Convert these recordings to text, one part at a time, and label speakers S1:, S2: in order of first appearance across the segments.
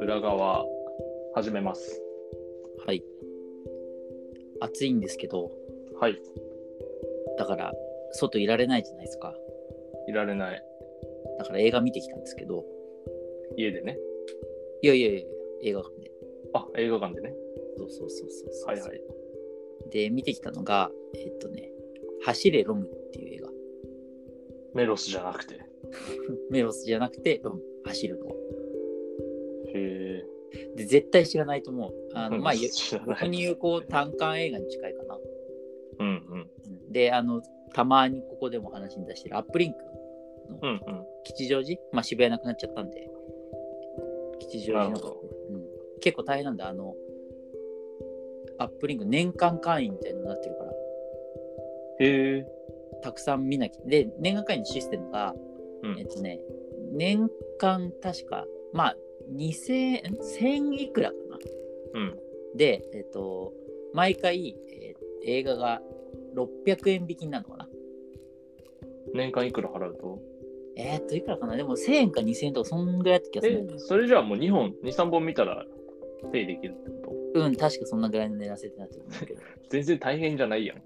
S1: 裏側始めます
S2: はい。暑いんですけど、
S1: はい
S2: だから、外いられないじゃないですか。
S1: いられない
S2: だから映画見てきたんですけど、
S1: 家でね
S2: いやいやいや、映画館で。
S1: あ映画館でね
S2: そうそうそうそうそう
S1: はいはい
S2: で、見てきたのが、えっとね、走れロムっていう映画。
S1: メロスじゃなくてへ
S2: メロスじゃなくて、ロム、走るの。
S1: え
S2: で、絶対知らないと思う。あの、まあ、ゆ
S1: 知らな
S2: 僕
S1: い
S2: に言う、こう、単館映画に近いかな。
S1: うんうん
S2: うんで、あの、たまにここでも話に出してるアップリンク、
S1: うんうん
S2: 吉祥寺、まあ、渋谷なくなっちゃったんで、吉祥寺
S1: な
S2: の
S1: るほど
S2: うん、結構大変なんだ、あの、アップリンク年間会員みたいなのになってるから、
S1: へえ
S2: たくさん見なきゃ。で、年間会員のシステムが、
S1: うん
S2: えっとね、年間確か、まあ、2000円、1000いくらかな。
S1: うん
S2: で、えっと、毎回、えー映画が600円引きになるのかな。
S1: 年間いくら払うと
S2: えーっと、いくらかなでも1000円か2000円とか、そんぐらいだった気がす
S1: え
S2: る。
S1: それじゃあもう2本23本見たらペイできるってこ
S2: うん、確かそんなぐらいの値段設定になってるんだけど。
S1: と全然大変じゃないやん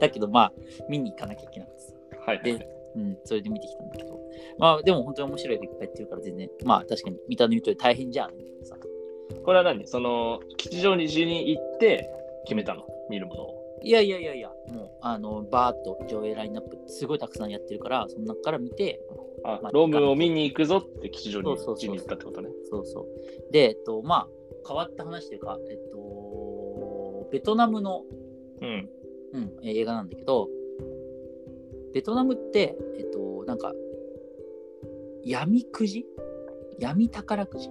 S2: だけどまあ見に行かなきゃいけなくてさ、
S1: はいはいはい
S2: でうん、それで見てきたんだけどまあでも本当に面白い映画いっぱいやってるから全然まあ確かに見たの言うとり大変じゃんさ
S1: これは何その吉祥寺に行って決めたの見るものを
S2: いやいやいやいやもうあのバーッと上映ラインナップすごいたくさんやってるからその中から見て
S1: あ
S2: まあ
S1: ロームを見に行くぞって吉祥寺
S2: そうそうそう
S1: に行ったってことね
S2: そうそうでえっとまあ変わった話というかえっとベトナムの、
S1: うん
S2: うん、映画なんだけどベトナムってえっとなんか闇くじ闇宝くじ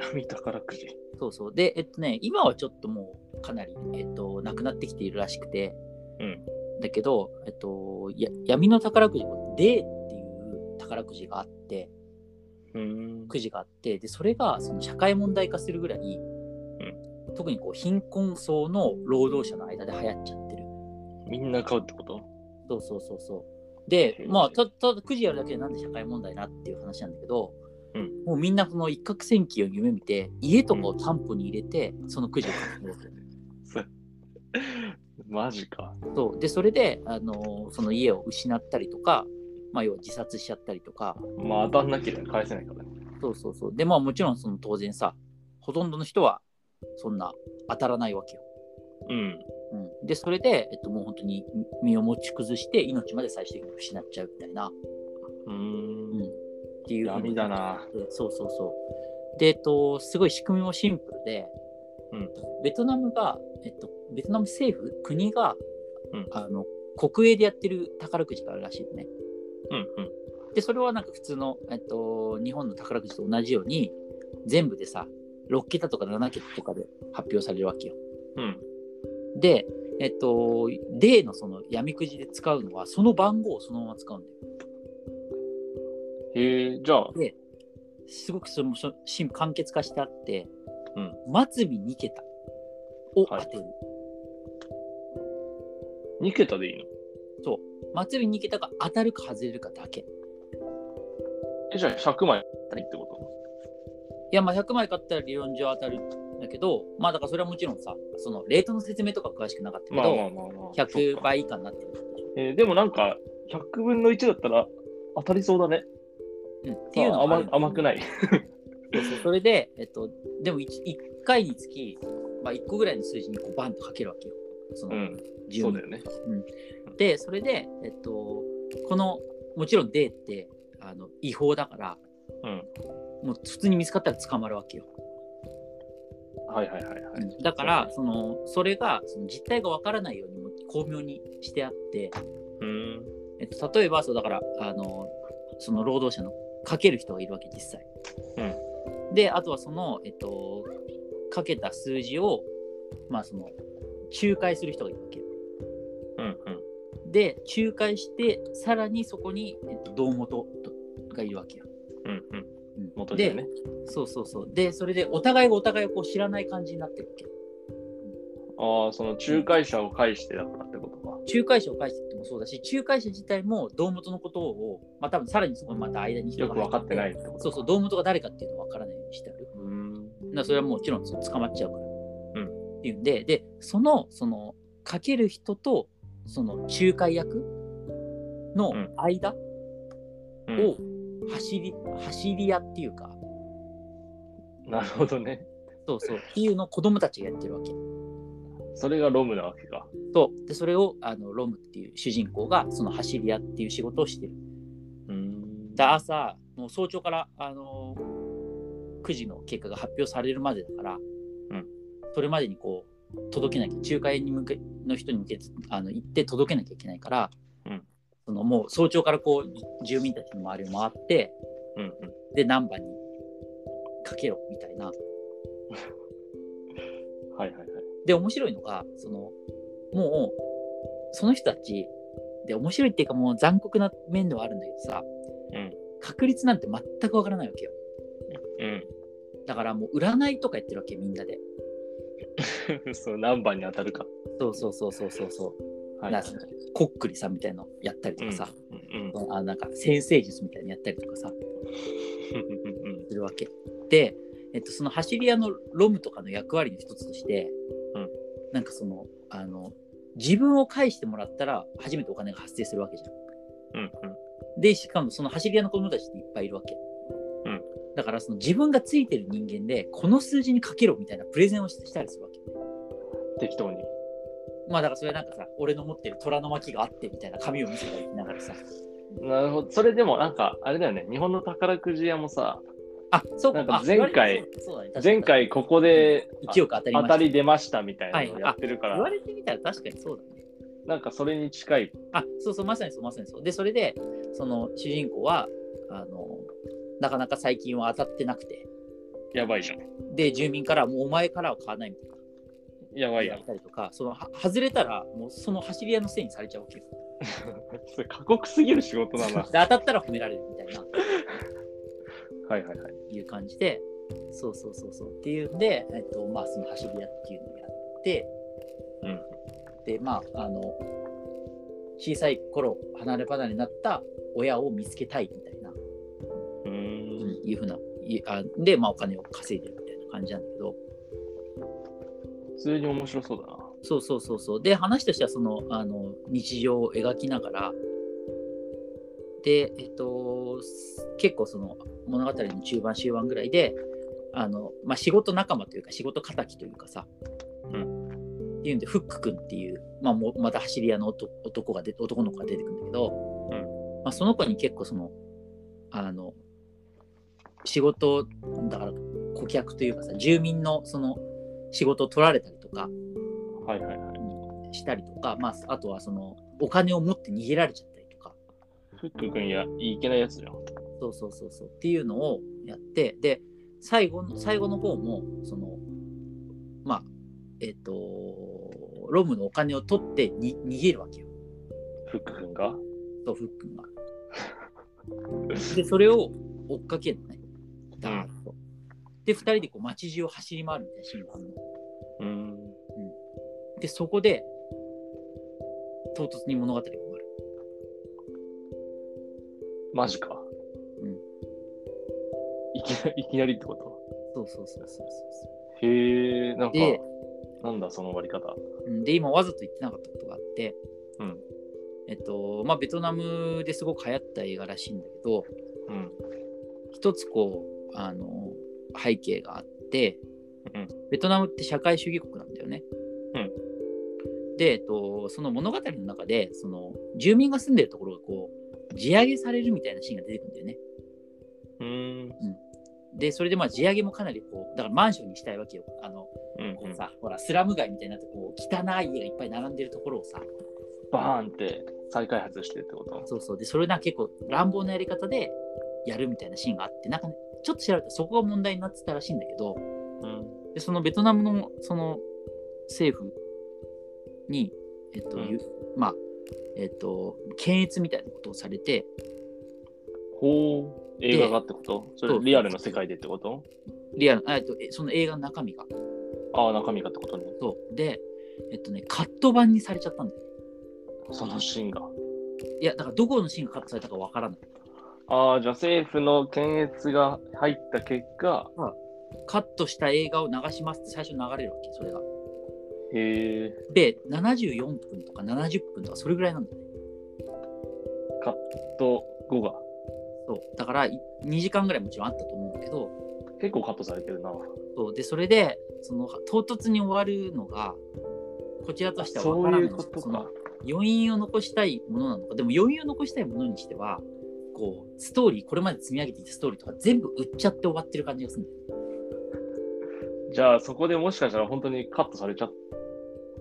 S1: 闇宝くじ
S2: そうそう。で、えっとね、今はちょっともうかなり、えっと、なくなってきているらしくて、
S1: うん
S2: だけど、えっと、や闇の宝くじも、デーっていう宝くじがあって、
S1: うん
S2: くじがあって、で、それがその社会問題化するぐらい、特にこう貧困層の労働者の間で流行っちゃってる。
S1: みんな買うってこと
S2: そうそうそうそう。
S1: へ
S2: で
S1: え、
S2: まあ、たただくじやるだけでなんで社会問題なっていう話なんだけど、
S1: うん
S2: もうみんなその一攫千金を夢見て、家とかを担保に入れて、そのくじを買ってるわけ。
S1: マジか。
S2: そうでそれで、あのーその家を失ったりとか、まあ、要は自殺しちゃったりとか
S1: まあ当たんなければ返せないからね。
S2: そうそうそうでまあもちろんその当然さほとんどの人はそんな当たらないわけよ、
S1: うん。
S2: うん、でそれで、えっと、もう本当に身を持ち崩して命まで最終的に失っちゃうみたいな、
S1: う
S2: うん、
S1: ー
S2: っ
S1: ん。
S2: ていう
S1: 闇だな
S2: そうそうそうで、えっと、すごい仕組みもシンプルで、
S1: うん
S2: ベトナムが、えっと、ベトナム政府国が、
S1: うん
S2: あの国営でやってる宝くじがあるらしいのね
S1: うんうん。
S2: でそれはなんか普通の、えっと、日本の宝くじと同じように全部でさ6桁とか7桁とかで発表されるわけよ
S1: うん。
S2: でえっと D のその闇くじで使うのはその番号をそのまま使うんだよ
S1: へえ、じゃあ、
S2: すごくそれもしょシン簡潔化してあって、
S1: うん
S2: 末尾2桁を当てる、
S1: 2桁でいいの
S2: 末尾2桁が当たるか外れるかだけい
S1: え、じゃあ100枚当たりってこ
S2: やまあ100枚買ったら理論上当たるんだけどまあだからそれはもちろんさそのレートの説明とか詳しくなかった
S1: と
S2: け
S1: ま
S2: ど、
S1: あまあまあまあ。
S2: 100倍以下になってる
S1: えーでもなんか、100分の1だったら当たりそうだね。
S2: うんっていうの
S1: まあ
S2: はあ
S1: 甘
S2: る
S1: 甘くない。
S2: そうそうそれで、えっと、でも 1, 回につき、まあ、1個ぐらいの数字にこうバンとかけるわけよ。その
S1: うん。
S2: 順
S1: そう
S2: に
S1: だよね。
S2: で、それで、えっと、この、もちろん D ってあの違法だから、
S1: うん。
S2: もう普通に見つかったら捕まるわけよ。
S1: はいはいはいはい。
S2: だから、そのそれがその実態がわからないようにも巧妙にしてあって、
S1: うん。
S2: えっと、例えばそうだからあのその労働者のかける人がいるわけ実際、であとはその、えっと、かけた数字をまあその仲介する人がいるわけ
S1: うんうん。
S2: で仲介してさらにそこに、えっと、胴元がいるわけよ、
S1: うんうん。
S2: うん
S1: 元で
S2: で
S1: ね。
S2: そうそうそうでそれでお互いがお互いをこう知らない感じになってるわけ
S1: ああ、その仲介者を介してだからってことか。
S2: 仲介者を介してってもそうだし仲介者自体も堂本のことをまあ多分さらにそこにまた間に人
S1: よ
S2: が
S1: く
S2: 入
S1: 分かってないってこと
S2: そうそう堂本が誰かっていうのは分からないようにしてある
S1: うーん
S2: だからそれはもちろんそう捕まっちゃうから、
S1: ん
S2: っていうんででそのそのかける人とその仲介役の
S1: うん
S2: 間
S1: うん
S2: を走り、走り屋っていうか
S1: なるほどね
S2: そうそうっていうのを子供たちがやってるわけ
S1: それがロムなわけか
S2: そうでそれをあのロムっていう主人公がその走り屋っていう仕事をしてる
S1: うーん
S2: だ朝もう早朝から、あのー、9時の結果が発表されるまでだから、
S1: うん
S2: それまでにこう届けなきゃ仲介に向けの人に向けてあの行って届けなきゃいけないから、
S1: うん
S2: そのもう早朝からこう住民たちの周りを回って
S1: うんうん
S2: で難波にかけろみたいな
S1: はいはいはい
S2: で面白いのがそのもうその人たちで面白いっていうかもう残酷な面ではあるんだけどさ
S1: うん
S2: 確率なんて全くわからないわけよ
S1: うん
S2: だからもう占いとかやってるわけみんなで
S1: その何番に当たるか。
S2: そうそうそうそうそうそう
S1: は
S2: なんかこっくりさんみたいのやったりとかさ、
S1: うん
S2: そのあなんか先生術みたいのやったりとかさ
S1: うんうん
S2: するわけで、えっと、その走り屋のロムとかの役割の一つとして、
S1: うん
S2: なんかそのあの自分を返してもらったら初めてお金が発生するわけじゃん
S1: うん
S2: でしかもその走り屋の子供たちっていっぱいいるわけ、
S1: うん
S2: だからその自分がついてる人間でこの数字にかけろみたいなプレゼンをししたりするわけ
S1: 適当に。
S2: まあだからそれはなんかさ、俺の持ってる虎の巻があってみたいな紙を見せたりしながらさ。
S1: なるほど。それでもなんか、あれだよね。日本の宝くじ屋もさ、
S2: あ、そうか。
S1: なんか
S2: あ
S1: 前回、
S2: そうだねそうだね
S1: 前回ここで
S2: 確かに1億当たりま
S1: 当
S2: した
S1: り出ましたみたいなの
S2: は
S1: を
S2: い
S1: やってるか
S2: 言わ
S1: ら、
S2: れてみたら確かにそうだね。
S1: なんかそれに近い。
S2: あ、そうそう、まさにそう、まさにそう。で、それで、その主人公は、あの、なかなか最近は当たってなくて、
S1: やばいじゃん。
S2: で、住民から、もうお前からは買わないみたいな。
S1: やばいやん
S2: 言われ。たりとか、その、は外れたら、もうその走り屋のせいにされちゃうわけよ。
S1: それ過酷すぎる仕事だ な。
S2: で、当たったら褒められるみたいな。
S1: はいはいはい。
S2: いう感じで、そうそうそうそうっていうんで、えっと、まあ、その走り屋っていうのをやって、
S1: うん
S2: で、まあ、あの、小さい頃、離れ離れになった親を見つけたいみたいな、
S1: うーん。
S2: いうふうな、いあで、まあ、お金を稼いでるみたいな感じなんだけど、
S1: 普通に面白そうだな。
S2: そうそうそうそう。で、話としては、その、あの、日常を描きながら、で、えっと、結構その、物語の中盤終盤ぐらいで、あの、まあ、仕事仲間というか、仕事敵というかさ、
S1: う
S2: っていうんで、フック君っていう、まあ、もうまた走り屋の男男がで、男の子が出てくるんだけど、
S1: うん
S2: まあ、その子に結構その、あの、仕事、だから、顧客というかさ、住民のその、仕事を取られたりとか、
S1: はいはいはい。
S2: したりとか、まあ、あとはそのお金を持って逃げられちゃったりとか
S1: フック君や、いけないやつじゃん。
S2: そうそうそうそうっていうのをやってで最後の最後の方もそのまあえっ、とロムのお金を取ってに逃げるわけよ
S1: フック君が。
S2: とフックンが。でそれを追っかけるのねダーッと。で2人でこう街中を走り回るみたいなシーンがあるの。
S1: うーん。
S2: でそこで唐突に物語が終わる。
S1: マジか。
S2: うん
S1: いきな。いきなりってこと
S2: そうそうそうそうそうそう。
S1: へえ、なんか
S2: で、
S1: なんだその割り方。
S2: うんで今わざと言ってなかったことがあって、
S1: うん
S2: えっとまあ、ベトナムですごく流行った映画らしいんだけど
S1: うん。
S2: 一つこうあの背景があって、
S1: うん
S2: ベトナムって社会主義国なんだよね。
S1: うん
S2: で、えっと、その物語の中でその住民が住んでるところがこう地上げされるみたいなシーンが出てくるんだよね。
S1: うん。
S2: でそれでまあ地上げもかなりこうだからマンションにしたいわけよ。あの
S1: うん
S2: こうさ、ほらスラム街みたいになってこう汚い家がいっぱい並んでるところをさ
S1: バーンって再開発してってこと
S2: そうそう。で、それな結構乱暴なやり方でやるみたいなシーンがあって、なんかね、ちょっと調べたらそこが問題になってたらしいんだけど、
S1: うん。
S2: でそのベトナムのその政府に、えっと、
S1: うん
S2: ゆまあ、えっと、検閲みたいなことをされて、
S1: ほう。映画がってことそ
S2: そ
S1: れ
S2: う
S1: リアルの世界でってこと
S2: リアル、あえっと、えその映画の中身が。
S1: ああ、中身がってことね。
S2: そう。で、えっとね、カット版にされちゃったんだよね。
S1: そのシーンが。
S2: いや、だからどこのシーンがカットされたかわからない。
S1: ああ、じゃあ政府の検閲が入った結果、
S2: カットした映画を流しますって最初流れるわけ、それが。
S1: へえ、
S2: で、74分とか70分とかそれぐらいなんだよね。
S1: カット後が
S2: そう。だからい2時間ぐらいもちろんあったと思うんだけど、
S1: 結構カットされてるな。
S2: そうで、それで、その唐突に終わるのが、こちらとしては
S1: そ
S2: わか
S1: う
S2: らないいん
S1: う
S2: です
S1: こ
S2: よ
S1: と
S2: その
S1: か。
S2: 余韻を残したいものなのかでも余韻を残したいものにしてはこうストーリーこれまで積み上げてきたストーリーとか全部売っちゃって終わってる感じがするんだよ
S1: じゃあそこでもしかしたら本当にカットされちゃっ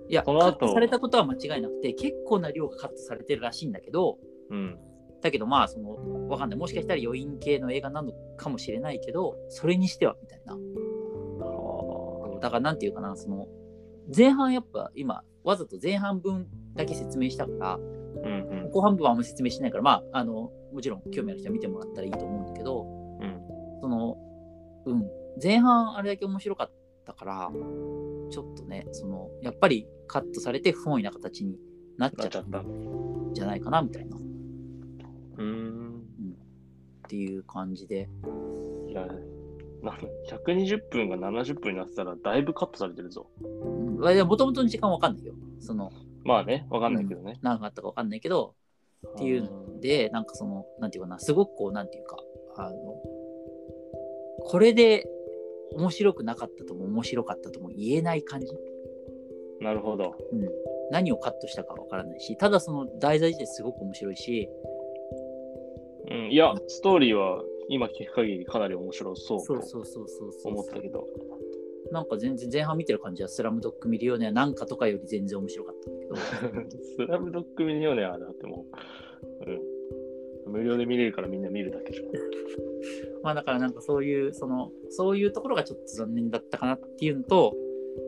S2: いやカ
S1: その
S2: ッ
S1: 後
S2: トされたことは間違いなくて結構な量がカットされてるらしいんだけど
S1: うん。
S2: だけどまあそのわかんないもしかしたら余韻系の映画なのかもしれないけどそれにしてはみたいな
S1: は
S2: だからなんていうかなその前半やっぱ今わざと前半分だけ説明したから
S1: あ。うんうん。
S2: 後半部はあんま説明しないから、まあ、あのもちろん興味ある人は見てもらったらいいと思うんだけど、
S1: ん
S2: その、うん、前半あれだけ面白かったからちょっとねそのやっぱりカットされて不本意な形になっち
S1: な
S2: ゃ
S1: っ
S2: っ
S1: ち
S2: た
S1: ゃった。
S2: ん
S1: う
S2: じゃないかなみたいなっ
S1: ーん。
S2: ていう感じで
S1: いや、な120分が70分になってたらだいぶカットされてるぞ。
S2: もともとの時間わかんないよその
S1: まあね、わかんないけどね。
S2: 何があったかわかんないけどっていうので、なんかその、なんていうかな、すごくこう、なんていうか、あの、これで面白くなかったとも面白かったとも言えない感じ。
S1: なるほど。
S2: うん。何をカットしたかわからないし、ただその題材自体すごく面白いし、
S1: うん、いや、ストーリーは今聞く限りかなり面白そう
S2: そう
S1: と
S2: そうそうそうそう
S1: 思ったけど。
S2: なんか全然前半見てる感じは、スラムドッグミリオネアなんかとかより全然面白かったんだけど、
S1: スラムドッグミリオネアだってもう、うん、無料で見れるからみんな見るだけじゃん。
S2: まあだからなんかそういう、その、そういうところがちょっと残念だったかなっていうのと、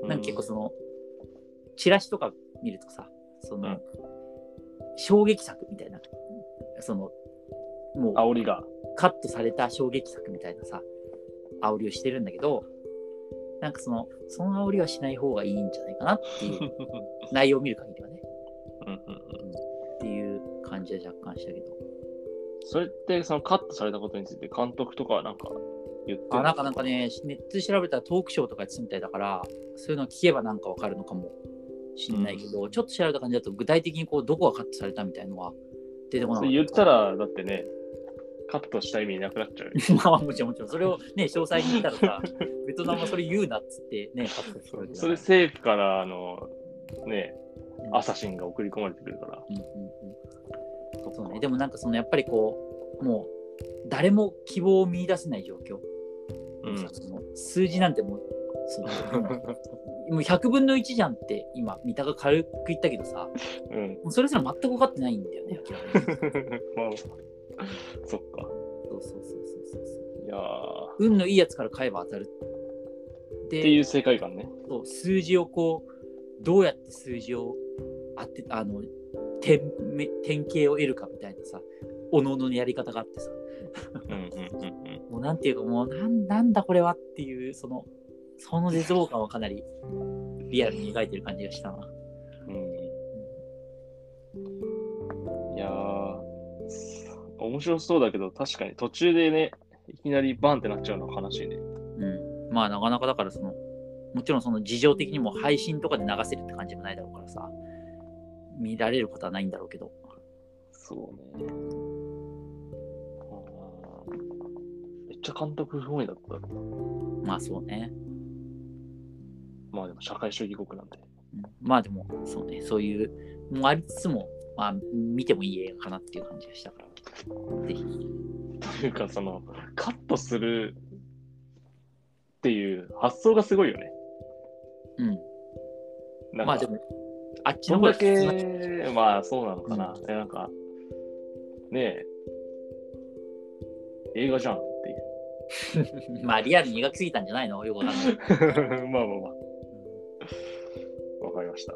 S2: なんか結構その、チラシとか見るとさ、その、
S1: うん
S2: 衝撃作みたいな、その、もう
S1: 煽りが。
S2: カットされた衝撃作みたいなさ、煽りをしてるんだけど、なんかその、その煽りはしない方がいいんじゃないかなっ ていう 内容を見る限りはね、
S1: うんうんうん
S2: っていう感じは若干したけど。
S1: それってそのカットされたことについて監督とかはなんか言って
S2: あ、
S1: る
S2: なんかなんかね、ネットで調べたらトークショーとかやってたみたいだから、そういうの聞けばなんかわかるのかもしんないけど、ちょっと調べた感じだと具体的にこう、どこがカットされたみたいのは出てこな
S1: そ
S2: か
S1: れ言
S2: った。
S1: ったらだってね、カットした意味なくなっちゃうよ。
S2: まあもちろんもちろん、それをね、詳細に言ったらさ、ベトナムはそれ言うなっつってね、カットするわけ だ
S1: そ
S2: か
S1: れ
S2: ら
S1: 政府からあの、ね、
S2: うん
S1: アサシンが送り込まれてくるから。
S2: うんうんうんそうね、でもなんかそのやっぱりこう、もう誰も希望を見出せない状況、
S1: うん
S2: その数字なんてもう、そのもう100分の1じゃんって今、三田が軽く言ったけどさ、
S1: うん。
S2: もうそれすら全く分かってないんだよね、明らかに。
S1: まあ、そっか。
S2: そうそうそうそうそう。
S1: いやー。
S2: 運のいいやつから買えば当たる。で
S1: っていう世界観ね。
S2: そう数字をこうどうやって数字を当てあの点め点形を得るかみたいなさおのおののやり方があってさ
S1: うんうんうんうん。
S2: もうなんていうかもうなんなんだこれはっていうそのその絶望感はかなりリアルに描いてる感じがしたな。
S1: うんいやー、面白そうだけど、確かに途中でね、いきなりバンってなっちゃうのは悲しいね。
S2: うん、まあなかなかだからそのもちろんその事情的にも配信とかで流せるって感じもないだろうからさ見られることはないんだろうけど
S1: そうね。めっちゃ監督不本意だった。
S2: まあそうね。
S1: まあでも社会主義国なんで。
S2: うんまあでも、そうね、そういう、もうありつつも、まあ、見てもいい映画かなっていう感じがしたから、ぜひ。
S1: というか、その、カットするっていう発想がすごいよね。
S2: うん。
S1: なんか
S2: まあでも、あっち
S1: そ
S2: の
S1: ん
S2: 方
S1: だ
S2: が普通な
S1: け、まあそうなのかな。
S2: う
S1: えなんか、ねえ、映画じゃんっていう。
S2: まあ、リアル に描きすぎたんじゃないのよくわかんない。
S1: まあまあまあ、わかりました。